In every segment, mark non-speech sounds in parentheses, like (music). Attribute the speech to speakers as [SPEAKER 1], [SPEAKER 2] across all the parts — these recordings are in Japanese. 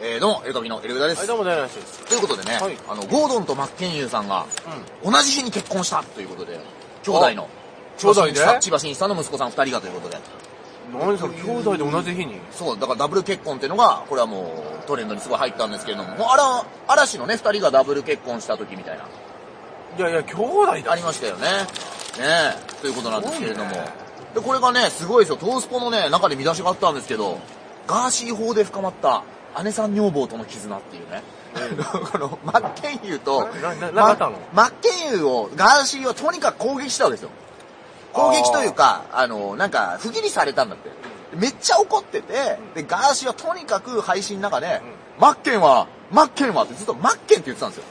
[SPEAKER 1] えー、どうも、エルカビのエルベダです。
[SPEAKER 2] はい、どうも、大の話です。
[SPEAKER 1] ということでね、
[SPEAKER 2] はい
[SPEAKER 1] あの、ゴードンとマッケンユーさんが、同じ日に結婚したということで、兄弟の、
[SPEAKER 2] 兄弟で
[SPEAKER 1] 千葉真一さん千葉真一さんの息子さん二人がということで、
[SPEAKER 2] 何それ、兄弟で同じ日に
[SPEAKER 1] そう、だからダブル結婚っていうのが、これはもう、トレンドにすごい入ったんですけれども、もうあら、嵐のね、二人がダブル結婚した時みたいな、
[SPEAKER 2] いやいや、兄弟だ。
[SPEAKER 1] ありましたよね。ねえ、ということなんですけれども。
[SPEAKER 2] すごいね
[SPEAKER 1] で、これがね、すごいですよ。トースポのね、中で見出しがあったんですけど、ガーシー法で深まった姉さん女房との絆っていうね。 (laughs) この、マッケンユーと、
[SPEAKER 2] な、な、な
[SPEAKER 1] ま
[SPEAKER 2] かったの
[SPEAKER 1] マッケンユーを、ガーシーはとにかく攻撃したわけですよ。攻撃というか、あの、なんか、不義理されたんだって。めっちゃ怒ってて、で、ガーシーはとにかく配信の中で、マッケンは、マッケンはってずっとマッケンって言ってたんですよ。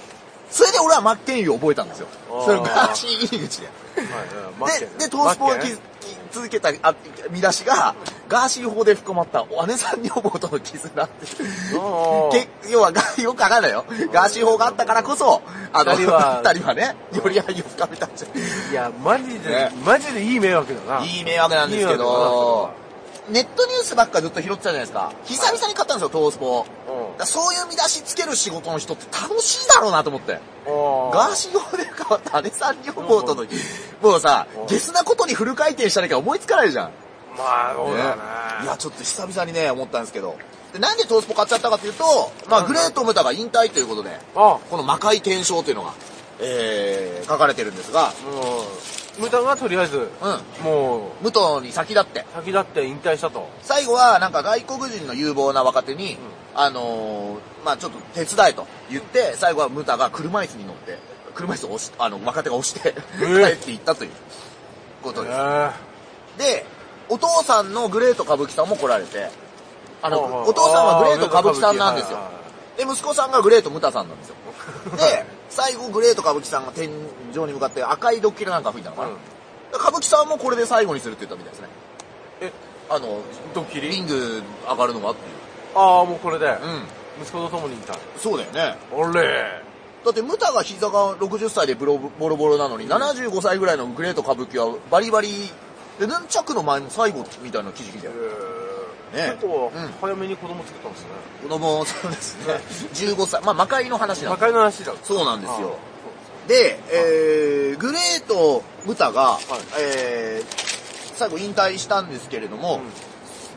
[SPEAKER 1] それで俺はマッケンユーを覚えたんですよ。
[SPEAKER 2] あー
[SPEAKER 1] それガーシー入り口で。
[SPEAKER 2] はいうんマッケン
[SPEAKER 1] で、で、トースポを
[SPEAKER 2] マッ
[SPEAKER 1] き
[SPEAKER 2] ケン
[SPEAKER 1] き続けたあ見出しが、ガーシー法で含まったお姉さん女房との絆っていう。
[SPEAKER 2] ああ
[SPEAKER 1] け要はが、よくわかんないよ。ガーシー法があったからこそ、あの、
[SPEAKER 2] 二人は
[SPEAKER 1] 二人はね、より愛を深めたんじゃ
[SPEAKER 2] いや、マジ
[SPEAKER 1] ね
[SPEAKER 2] で、マジでいい迷惑だな。
[SPEAKER 1] いい迷惑なんですけ
[SPEAKER 2] いい迷惑だな
[SPEAKER 1] ど、ネットニュースばっかずっと拾ってたじゃないですか。久々に買ったんですよ、トースポ。だからそういう見出しつける仕事の人って楽しいだろうなと思って。
[SPEAKER 2] うん。
[SPEAKER 1] ガーシー法で変わった姉さん女房との、もうさ
[SPEAKER 2] うん、
[SPEAKER 1] ゲスなことにフル回転したなきゃ思いつかないじゃん。
[SPEAKER 2] ー。まあ、そうだ
[SPEAKER 1] ねい
[SPEAKER 2] な
[SPEAKER 1] や、。ちょっと久々にね、思ったんですけど。で、なんでトースポ買っちゃったかというと、まあ、グレートムタが引退ということで、
[SPEAKER 2] あ、
[SPEAKER 1] この魔界検証というのが、えー、書かれてるんですが、
[SPEAKER 2] もう、無駄がとりあえず、
[SPEAKER 1] うん。
[SPEAKER 2] も
[SPEAKER 1] 武藤に先立って、
[SPEAKER 2] う、先立って引退したと。
[SPEAKER 1] 最後はなんか外国人の有望な若手に、あのー、まあちょっと手伝えと言って、最後はムタが車椅子に乗って、車椅子を押し、あの、若手が押して、
[SPEAKER 2] ー
[SPEAKER 1] 帰っていったということです。
[SPEAKER 2] え
[SPEAKER 1] で、お父さんのグレート歌舞伎さんも来られて、あの、
[SPEAKER 2] はいはい
[SPEAKER 1] お父さんはグレート歌舞伎さんなんですよ
[SPEAKER 2] はいは。
[SPEAKER 1] で、息子さんがグレートムタさんなん
[SPEAKER 2] (laughs)
[SPEAKER 1] ですよ。で、最後グレート歌舞伎さんが天井に向かって赤いドッキリなんか吹いたのかな。
[SPEAKER 2] うん
[SPEAKER 1] 歌舞伎さんもこれで最後にするって言ったみたいですね。
[SPEAKER 2] え、
[SPEAKER 1] あの、
[SPEAKER 2] ドッキ
[SPEAKER 1] リ
[SPEAKER 2] リ
[SPEAKER 1] ング上がるのがっていう。
[SPEAKER 2] ああ、もうこれで、
[SPEAKER 1] うん。
[SPEAKER 2] 息子と共に引退。
[SPEAKER 1] そうだよね。
[SPEAKER 2] あれ
[SPEAKER 1] だってムタが膝が60歳でブロボロボロなのに、75歳ぐらいのグレート歌舞伎はバリバリ、で、ヌンチャクの前も最後みたいな記事聞いたよ。ね
[SPEAKER 2] 結構
[SPEAKER 1] うん
[SPEAKER 2] 早めに子供作ったんですね。
[SPEAKER 1] 子供、そうです (laughs) ね。15歳。まあ、魔界の話なん
[SPEAKER 2] 魔
[SPEAKER 1] です。
[SPEAKER 2] 界の話だ。
[SPEAKER 1] そうなんです
[SPEAKER 2] あ
[SPEAKER 1] よ
[SPEAKER 2] あ。
[SPEAKER 1] で、えー、グレート・ムタが、
[SPEAKER 2] い
[SPEAKER 1] えー、最後引退したんですけれども、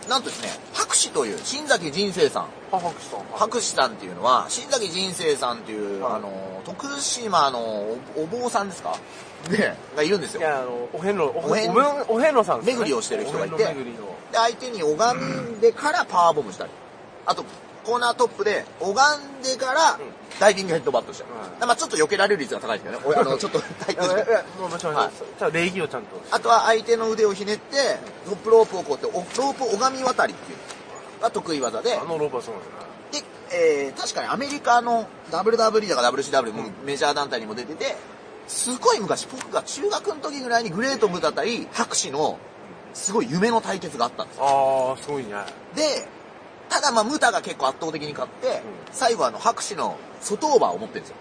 [SPEAKER 1] なんとですね、博士という、新崎人生さん、
[SPEAKER 2] パーファクストン。
[SPEAKER 1] 博士さんっていうのは、新崎人生さんっていう、
[SPEAKER 2] はい
[SPEAKER 1] あの、徳島のおお坊さんですかね、がいるんです
[SPEAKER 2] い
[SPEAKER 1] よ。
[SPEAKER 2] や、あの、お遍路、お
[SPEAKER 1] お遍
[SPEAKER 2] 遍
[SPEAKER 1] 路
[SPEAKER 2] 路、お遍路さんですね
[SPEAKER 1] 巡りをしてる人がいて
[SPEAKER 2] お遍路巡りの。
[SPEAKER 1] で、相手に拝んでからパワーボムしたり。あと、コーナートップで、拝んでから
[SPEAKER 2] うん、
[SPEAKER 1] ダイビングヘッドバットしたり。
[SPEAKER 2] う
[SPEAKER 1] まあちょっと避けられる率が高いですよね。俺、あの、ちょっと、大
[SPEAKER 2] (laughs) いやいやい
[SPEAKER 1] 抵
[SPEAKER 2] やもうもちろん
[SPEAKER 1] はい
[SPEAKER 2] じゃあ礼儀をちゃんと。
[SPEAKER 1] あとは相手の腕をひねって、トップロープをこうやって、おロープを拝み渡りっていうのが得意技で
[SPEAKER 2] あ、のロープはそうなんだ
[SPEAKER 1] で、えー、確かにアメリカの WWE だから WCW もメジャー団体にも出てて、すごい昔、僕が中学の時ぐらいにグレートムだったり、博士の、すごい夢の対決があったんですよ。
[SPEAKER 2] な。ああ、すごいね。
[SPEAKER 1] で、ただまあ、ムタが結構圧倒的に勝って、最後あの、博士の外オーバーを持ってるんですよ。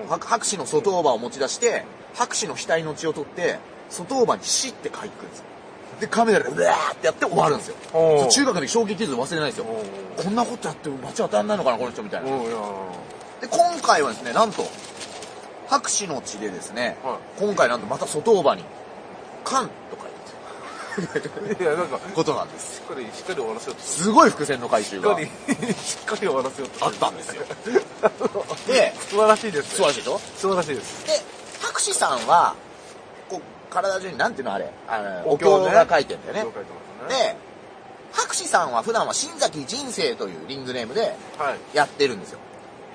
[SPEAKER 2] もう
[SPEAKER 1] 博博士の外オーバーを持ち出して、博士の額の血を取って、外オーバーに死って書いてくるんですよ。で、カメラでうわーってやって終わるんですよ。
[SPEAKER 2] おー
[SPEAKER 1] そう中学の時衝撃傷忘れないですよ。
[SPEAKER 2] おー
[SPEAKER 1] こんなことやっても罰当たんないのかな、この人みたいな。
[SPEAKER 2] うん、いや
[SPEAKER 1] で、今回はですね、なんと、白紙の地でですね、
[SPEAKER 2] は
[SPEAKER 1] 今回なんとまた外オーバーに、カンと書いてある
[SPEAKER 2] いや、なんか、
[SPEAKER 1] ことなんです。
[SPEAKER 2] しっかり、しっかり終わらせようと。し
[SPEAKER 1] すごい伏線の回収
[SPEAKER 2] っ
[SPEAKER 1] が
[SPEAKER 2] かり、 (laughs) しっかり終わらせようと。
[SPEAKER 1] あったん
[SPEAKER 2] (laughs)
[SPEAKER 1] ですよ。で、
[SPEAKER 2] 素晴らしいです。
[SPEAKER 1] 素晴らしいでしょ
[SPEAKER 2] 素晴らしいです。
[SPEAKER 1] で、博士さんは、こう、体中に、なんていうのあれ、あのお
[SPEAKER 2] お経
[SPEAKER 1] 経
[SPEAKER 2] ね
[SPEAKER 1] が書いてんだよね
[SPEAKER 2] 了。解と思いますね。
[SPEAKER 1] で、博士さんは普段は新崎人生というリングネームで
[SPEAKER 2] はい。
[SPEAKER 1] やってるんですよ。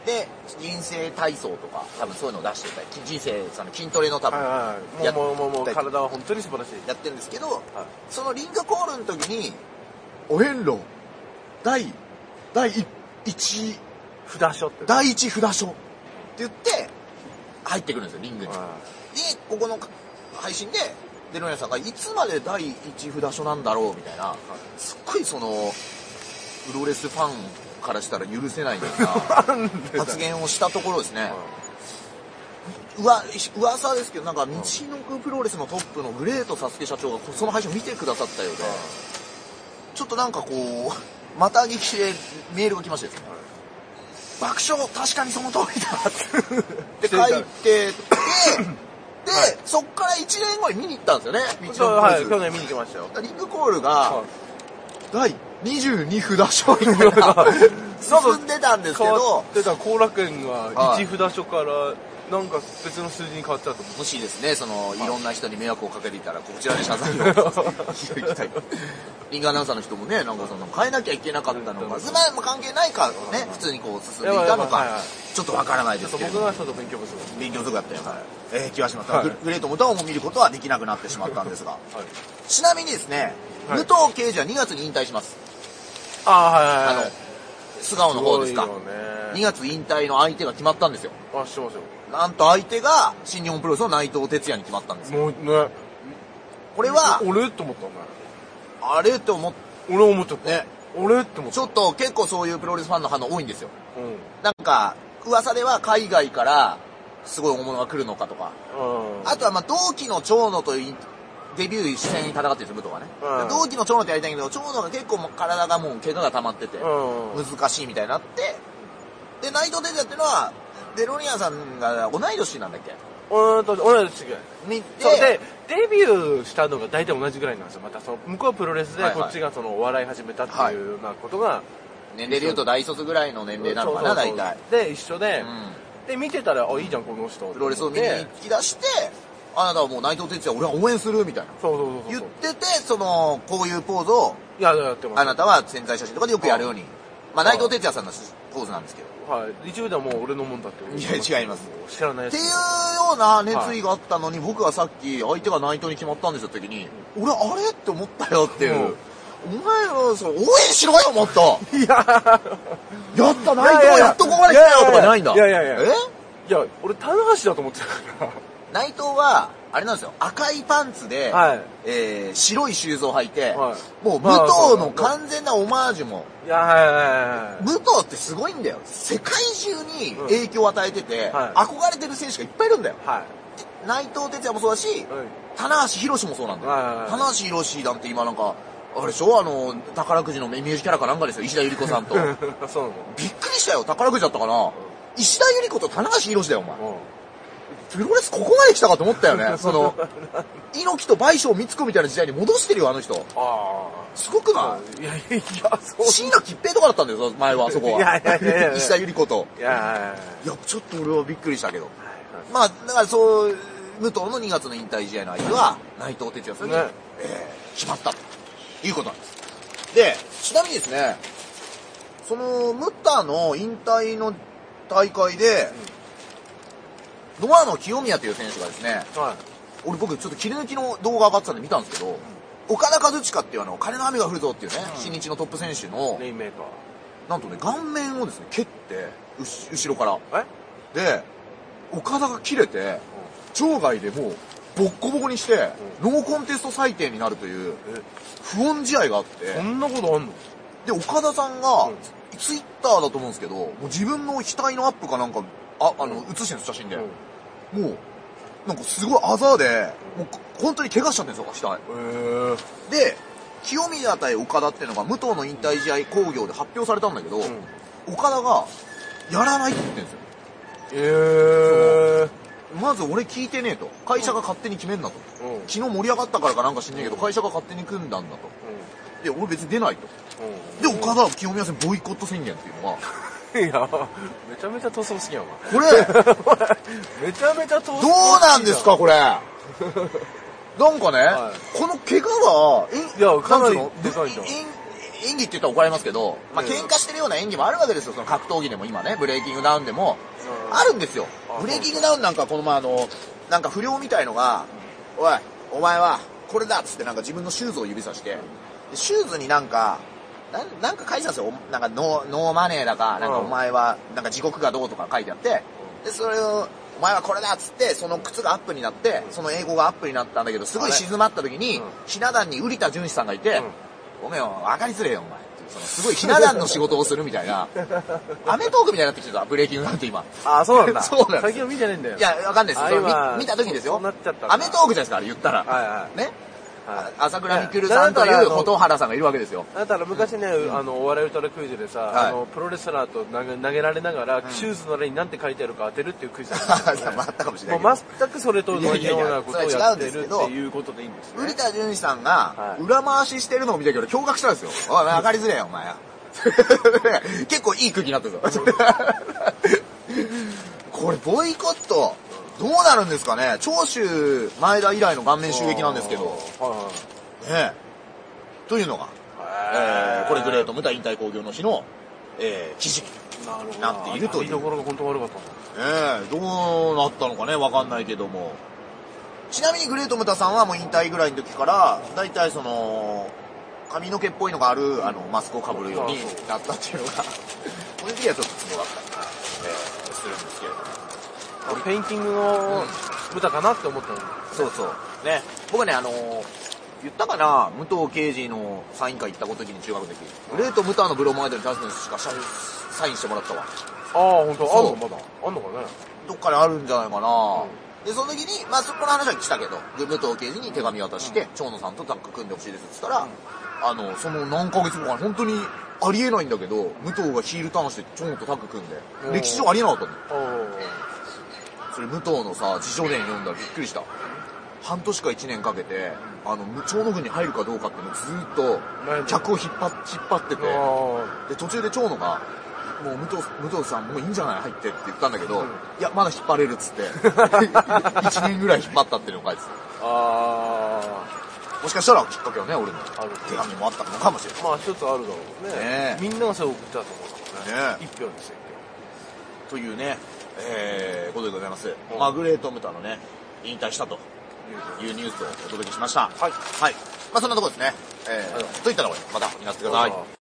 [SPEAKER 1] で、人生体操とか、多分そういうのを出してたり、人生その筋トレの多分、
[SPEAKER 2] はいは
[SPEAKER 1] や
[SPEAKER 2] い。もう、もう、もう、も
[SPEAKER 1] や
[SPEAKER 2] う、体は本当に素晴らしい。
[SPEAKER 1] やってるんですけど、
[SPEAKER 2] はい
[SPEAKER 1] そのリングコールの時に、お遍路、第、第一、
[SPEAKER 2] 札所って。
[SPEAKER 1] 第一札所って言って、入ってくるんですよ、リングに。で、
[SPEAKER 2] は
[SPEAKER 1] ここの配信で、デロニアさんが、いつまで第一札所なんだろうみたいな、すっごいその、プロレスファンからしたら許せないような発言をしたところですね。うわ、噂ですけど、なんか、道のくプロレスのトップのグレートサスケ社長がこその配信を見てくださったようで、ちょっとなんかこう、またぎきでメールが来ましてですね、爆笑確かにその通りだって
[SPEAKER 2] して
[SPEAKER 1] 書
[SPEAKER 2] た
[SPEAKER 1] いててで、そっから1年後に見に行ったんですよね
[SPEAKER 2] そう
[SPEAKER 1] 道の
[SPEAKER 2] はい、
[SPEAKER 1] プ
[SPEAKER 2] 去
[SPEAKER 1] ロレス
[SPEAKER 2] 年見に来ましたよ。
[SPEAKER 1] リングコールが
[SPEAKER 2] は
[SPEAKER 1] 第
[SPEAKER 2] い
[SPEAKER 1] 22札所みたい
[SPEAKER 2] (laughs)
[SPEAKER 1] な進んでたんですけ
[SPEAKER 2] 変わ
[SPEAKER 1] ど
[SPEAKER 2] ってた後楽園が
[SPEAKER 1] はい
[SPEAKER 2] 一札所から、なんか別の数字に変わっちゃったと思
[SPEAKER 1] もしですね、その、いろんな人に迷惑をかけていたら、こちらで謝
[SPEAKER 2] (laughs)
[SPEAKER 1] 罪をいただきたい。リングアナウンサーの人もね、なんかその、変えなきゃいけなかったのか、ずまあ関係ないかね、普通にこう進んでいたの
[SPEAKER 2] いやいやいやはいは
[SPEAKER 1] か
[SPEAKER 2] い、。
[SPEAKER 1] ちょっとわからないうで
[SPEAKER 2] ちょ
[SPEAKER 1] す
[SPEAKER 2] っ
[SPEAKER 1] けれ
[SPEAKER 2] と
[SPEAKER 1] ども
[SPEAKER 2] 僕の、はちょっと勉強不足です。
[SPEAKER 1] 勉強不足だったような、えー気はします、
[SPEAKER 2] はい
[SPEAKER 1] ググレートモタンを見ることはできなくなってしまったんですが、
[SPEAKER 2] はい。
[SPEAKER 1] ちなみにですね、
[SPEAKER 2] はい
[SPEAKER 1] 武藤刑事は2月に引退します。あ
[SPEAKER 2] あー、はいはいはい。
[SPEAKER 1] の、素顔の方ですか
[SPEAKER 2] ごい。よね
[SPEAKER 1] 2月引退の相手が決まったんですよ。
[SPEAKER 2] あ、してますよ。
[SPEAKER 1] なんと相手が、新日本プロレスの内藤哲也に決まったんですよ。
[SPEAKER 2] もうね。
[SPEAKER 1] これは、
[SPEAKER 2] 俺と思ったね。
[SPEAKER 1] あれって思っ
[SPEAKER 2] 俺思っちゃった。
[SPEAKER 1] ね
[SPEAKER 2] 俺って思っ
[SPEAKER 1] ち
[SPEAKER 2] た。
[SPEAKER 1] ょっと結構そういうプロレスファンの反応多いんですよ。
[SPEAKER 2] うん。
[SPEAKER 1] なんか、噂では海外からすごい大物が来るのかとか。
[SPEAKER 2] うん。
[SPEAKER 1] あとはまあ同期の長野といデビュー一戦に戦ってるんですよ、武藤はね。
[SPEAKER 2] うん
[SPEAKER 1] 同期の長野とやりたいけど、長野が結構もう体がもう怪我が溜まってて、
[SPEAKER 2] うん。
[SPEAKER 1] 難しいみたいになって、で、内藤哲也ってのは、デロリアンさんが同い年なんだっけ
[SPEAKER 2] 俺と、俺と違う。
[SPEAKER 1] に
[SPEAKER 2] そう
[SPEAKER 1] て、
[SPEAKER 2] で、デビューしたのが大体同じぐらいなんですよ。またその、向こうはプロレスで、
[SPEAKER 1] はいはい
[SPEAKER 2] こっちがその、お笑い始めたっていうようなことが、
[SPEAKER 1] 年齢で言うと大卒ぐらいの年齢なのかな、
[SPEAKER 2] そうそ
[SPEAKER 1] 大
[SPEAKER 2] うそう
[SPEAKER 1] 体。。
[SPEAKER 2] で、一緒で、
[SPEAKER 1] うん
[SPEAKER 2] で、見てたら、あ、いいじゃん、この人。
[SPEAKER 1] プロレスを見に行き出して、あなたはもう内藤哲也俺は応援するみたいな。
[SPEAKER 2] そうそうそう
[SPEAKER 1] 言っ
[SPEAKER 2] そう。
[SPEAKER 1] てて、その、こういうポーズを、
[SPEAKER 2] いや、やってます。
[SPEAKER 1] あなたは潜在写真とかでよくやるように。まあ、
[SPEAKER 2] ああ
[SPEAKER 1] 内藤哲也さんのポーズなんですけど。
[SPEAKER 2] はい。一部ではもう俺のもんだって。
[SPEAKER 1] いや違います
[SPEAKER 2] もう知らないや
[SPEAKER 1] っ
[SPEAKER 2] つ
[SPEAKER 1] ていうような熱意があったのに、僕はさっき、相手が内藤に決まったんですよ、時に。俺、あれって思ったよっていう。お前の、そう、応援しろよ、もっと
[SPEAKER 2] いや、
[SPEAKER 1] やった、
[SPEAKER 2] い
[SPEAKER 1] 内
[SPEAKER 2] やい
[SPEAKER 1] 藤
[SPEAKER 2] や
[SPEAKER 1] やっとここまで来たよとかじゃないんだ。
[SPEAKER 2] いやいやいや
[SPEAKER 1] え
[SPEAKER 2] いや、俺、棚橋だと思ってたか
[SPEAKER 1] 内藤は、あれなんですよ、赤いパンツで、
[SPEAKER 2] ら。はい。
[SPEAKER 1] えー白いシューズを履いて、
[SPEAKER 2] は
[SPEAKER 1] もう武
[SPEAKER 2] まあ
[SPEAKER 1] 藤
[SPEAKER 2] そ
[SPEAKER 1] の
[SPEAKER 2] うだ
[SPEAKER 1] 完全なオマージュも、
[SPEAKER 2] い。いや、はいはいはい
[SPEAKER 1] 武藤ってすごいんだよ。世界中に影響を与えてて、
[SPEAKER 2] うんはい
[SPEAKER 1] 憧れてる選手がいっぱいいるんだよ。
[SPEAKER 2] はい。は
[SPEAKER 1] 内藤哲也もそうだし
[SPEAKER 2] い。、はい。
[SPEAKER 1] 棚橋宏もそうなんだよ。
[SPEAKER 2] はいはいはい
[SPEAKER 1] 棚橋宏なんて今なんか、あれでしょあの、宝くじのミュージキャラかなんかですよ、石田ゆり子さんと。びっ
[SPEAKER 2] そうな
[SPEAKER 1] くりしたよ、宝くじだったかな。石田ゆり子と棚橋宏だよ、お前。
[SPEAKER 2] の。
[SPEAKER 1] プロレスここまで来たかと思ったよ
[SPEAKER 2] (laughs)
[SPEAKER 1] ね。その、猪木と倍賞光子みたいな時代に戻してるよ、あの人。
[SPEAKER 2] あ
[SPEAKER 1] すごくない
[SPEAKER 2] あ。いやいや、いや、そう。
[SPEAKER 1] 椎名桔平とかだったんだよ、前は、そこは。
[SPEAKER 2] いやいやいやい
[SPEAKER 1] (laughs)
[SPEAKER 2] や
[SPEAKER 1] 石田ゆり子と。
[SPEAKER 2] いや、はいはいはい
[SPEAKER 1] いや、ちょっと俺はびっくりしたけど。まあ、だからそう、武藤の2月の引退試合の相手は、内藤哲也さんに、
[SPEAKER 2] ね
[SPEAKER 1] えー決まったということなんです。で、ちなみにですね、その、ムッターの引退の大会で、ノアの清宮という選手がですね、
[SPEAKER 2] はい。
[SPEAKER 1] 俺僕ちょっと切り抜きの動画上がってたんで見たんですけど、岡田和親っていうあの、金の雨が降るぞっていうね、
[SPEAKER 2] うん
[SPEAKER 1] 新日のトップ選手の、
[SPEAKER 2] レインメーカ
[SPEAKER 1] なんとね、顔面をですね、蹴って、うし後ろから。
[SPEAKER 2] ー。え
[SPEAKER 1] で、岡田が切れて、場外でもう、ボッコボコにして、ノーコンテスト採点になるという、不穏試合があって、
[SPEAKER 2] そんなことあんの
[SPEAKER 1] で、岡田さんが、
[SPEAKER 2] うん
[SPEAKER 1] ツイッターだと思うんですけど、もう自分の額のアップかなんか、あ、あの、
[SPEAKER 2] うん
[SPEAKER 1] 写してるんです、写真で。
[SPEAKER 2] うん
[SPEAKER 1] もう、なんかすごいあざで、もう本当に怪我しちゃってるんですよ、
[SPEAKER 2] えー
[SPEAKER 1] 額。で、清宮対岡田っていうのが武藤の引退試合興行で発表されたんだけど、岡田が、やらないって言ってるんですよ。
[SPEAKER 2] えー
[SPEAKER 1] まず俺聞いてねえと。会社が勝手に決めんなと。
[SPEAKER 2] うんうん
[SPEAKER 1] 昨日盛り上がったからかなんか知んねえけど、会社が勝手に組んだんだと。で、俺別に出ないと。で、
[SPEAKER 2] うん
[SPEAKER 1] 岡田は清宮戦ボイコット宣言っていうのが、
[SPEAKER 2] いやめちゃめちゃ塗装好きやん
[SPEAKER 1] これ、 (laughs) ど
[SPEAKER 2] めちゃめちゃ塗装好き
[SPEAKER 1] うなんですか、こ
[SPEAKER 2] (laughs)
[SPEAKER 1] れ。なんかね、
[SPEAKER 2] は
[SPEAKER 1] この怪我は、え
[SPEAKER 2] いやかなり
[SPEAKER 1] んて
[SPEAKER 2] で
[SPEAKER 1] うの
[SPEAKER 2] かいじゃん
[SPEAKER 1] えん演技って言ったら怒られますけど、まあ、
[SPEAKER 2] うん
[SPEAKER 1] 喧嘩してるような演技もあるわけですよ、その格闘技でも今ね、ブレイキングダウンでも。
[SPEAKER 2] うん
[SPEAKER 1] あるんですよ
[SPEAKER 2] あ。
[SPEAKER 1] ブレイキングダウンなんかこの前あの、なんか不良みたいのが、おい、お前は、これだっつってなんか自分のシューズを指さして、でシューズになんか、なんなんか書いてたんですよ。おなんかノーノーマネーだか、なんか
[SPEAKER 2] うん
[SPEAKER 1] お前は、なんか地獄がどうとか書いてあって、で、それを、お前はこれだっつって、その靴がアップになって、その英語がアップになったんだけど、すごい静まった時に
[SPEAKER 2] うん、
[SPEAKER 1] ひな壇に瓜田淳史さんがいて、
[SPEAKER 2] うん
[SPEAKER 1] ごめんよ、分かりづれえよ、お前。っていうそのすごいひな壇の仕事をするみたいな、アメトークみたいになってきてた、ブレイキングダウンって今。
[SPEAKER 2] あそうなん
[SPEAKER 1] (laughs)
[SPEAKER 2] だ
[SPEAKER 1] そうなんです
[SPEAKER 2] 最近は見てないんだよ
[SPEAKER 1] いや、わかんないです。
[SPEAKER 2] あ
[SPEAKER 1] それ見
[SPEAKER 2] 今
[SPEAKER 1] 見た時ですよ。
[SPEAKER 2] そうなっちゃったんだ
[SPEAKER 1] アメトークじゃないですか、あれ言ったら。
[SPEAKER 2] はいはい
[SPEAKER 1] ね。
[SPEAKER 2] はい
[SPEAKER 1] 朝倉未来さんという蛍原さんがいるわけです (laughs) よ。
[SPEAKER 2] あなたら昔ね、あの、お笑い歌のクイズでさ、
[SPEAKER 1] はい
[SPEAKER 2] あの、プロレスラーと投げ投げられながら、シューズの裏に何て書いてあるか当てるっていうクイズだ
[SPEAKER 1] (laughs)
[SPEAKER 2] ったんですよね
[SPEAKER 1] まああったかもしれないけど
[SPEAKER 2] もう全くそれと同じようなことを
[SPEAKER 1] いやいやいやそれは
[SPEAKER 2] や
[SPEAKER 1] 違う
[SPEAKER 2] っ
[SPEAKER 1] ん
[SPEAKER 2] て
[SPEAKER 1] です
[SPEAKER 2] る
[SPEAKER 1] け
[SPEAKER 2] って
[SPEAKER 1] ど
[SPEAKER 2] いうことでいいんですね
[SPEAKER 1] 瓜。田純一さん
[SPEAKER 2] は
[SPEAKER 1] が
[SPEAKER 2] い
[SPEAKER 1] 裏回ししてるのを見たけど驚愕したんです (laughs) よ。おい、上がりづれよ、お前。結構いい空気にな (laughs) ってるぞ。これ、ボイコット、どうなるんですかね長州前田以来の顔面襲撃なんですけど。ねえ
[SPEAKER 2] は
[SPEAKER 1] というのが、
[SPEAKER 2] いはい
[SPEAKER 1] えーこれグレートムタ引退興行の日の、えー記事。ね
[SPEAKER 2] なるほど。
[SPEAKER 1] なっているという
[SPEAKER 2] 見どころが本当悪かったな
[SPEAKER 1] えどうなったのかね、わかんないけども。ちなみにグレートムタさんはもう引退ぐらいの時から、だいたいその、髪の毛っぽいのがある、あの、マスクをかぶるようになったっていうのが、 (laughs) この時はちょっとすごかったり、えーするんですけれども。
[SPEAKER 2] あペインティングの豚かなって思ったのに。
[SPEAKER 1] そうそう。ね、僕ね、あのー言ったかな武藤敬司のサイン会行った時に中学の時。グレートムタのブロマイドに出すのしかサインサインしてもらったわ。
[SPEAKER 2] ああ、本当あん
[SPEAKER 1] そう
[SPEAKER 2] のまだ。あんのかね。
[SPEAKER 1] どっかにあるんじゃないかな、で、その時に、まあ、そこの話は来たけど、で武藤刑事に手紙渡して、蝶野さんとタッグ組んでほしいですって言ったら、あの、その何ヶ月後かに本当にありえないんだけど、武藤がヒールターンして蝶野とタッグ組んで
[SPEAKER 2] お、ー
[SPEAKER 1] 歴史上ありえなかったのよ
[SPEAKER 2] おー
[SPEAKER 1] それ武藤のさ、自叙伝読んだらびっくりした。半年か一年かけて、あの、蝶野軍に入るかどうかっていうのをずーっ
[SPEAKER 2] 悩
[SPEAKER 1] と、
[SPEAKER 2] んで
[SPEAKER 1] 客を引っ張っ引っ張ってて、
[SPEAKER 2] あ
[SPEAKER 1] で、途中で蝶野が、もう武藤、武藤さんもういいんじゃない入ってって言ったんだけど、
[SPEAKER 2] うん
[SPEAKER 1] いや、まだ引っ張れるっつって、1年ぐらい引っ張ったっていうのを書いて
[SPEAKER 2] ーあ
[SPEAKER 1] た。もしかしたらきっかけはね、俺の
[SPEAKER 2] ある
[SPEAKER 1] 手紙もあったのかもしれない。
[SPEAKER 2] ー。まあ一つあるだろうね。
[SPEAKER 1] ねえ
[SPEAKER 2] みんながそれを送ったと思うからね。
[SPEAKER 1] ね
[SPEAKER 2] 一票ですよ、
[SPEAKER 1] というね、えー、ことでございます。
[SPEAKER 2] うん
[SPEAKER 1] まあ、グレートムタのね、引退したと
[SPEAKER 2] 一票
[SPEAKER 1] いうニュースをお届けしました。
[SPEAKER 2] はい
[SPEAKER 1] はい。まあ、そんなとこですね。え
[SPEAKER 2] はい
[SPEAKER 1] ー、といったところでまたいらしてください。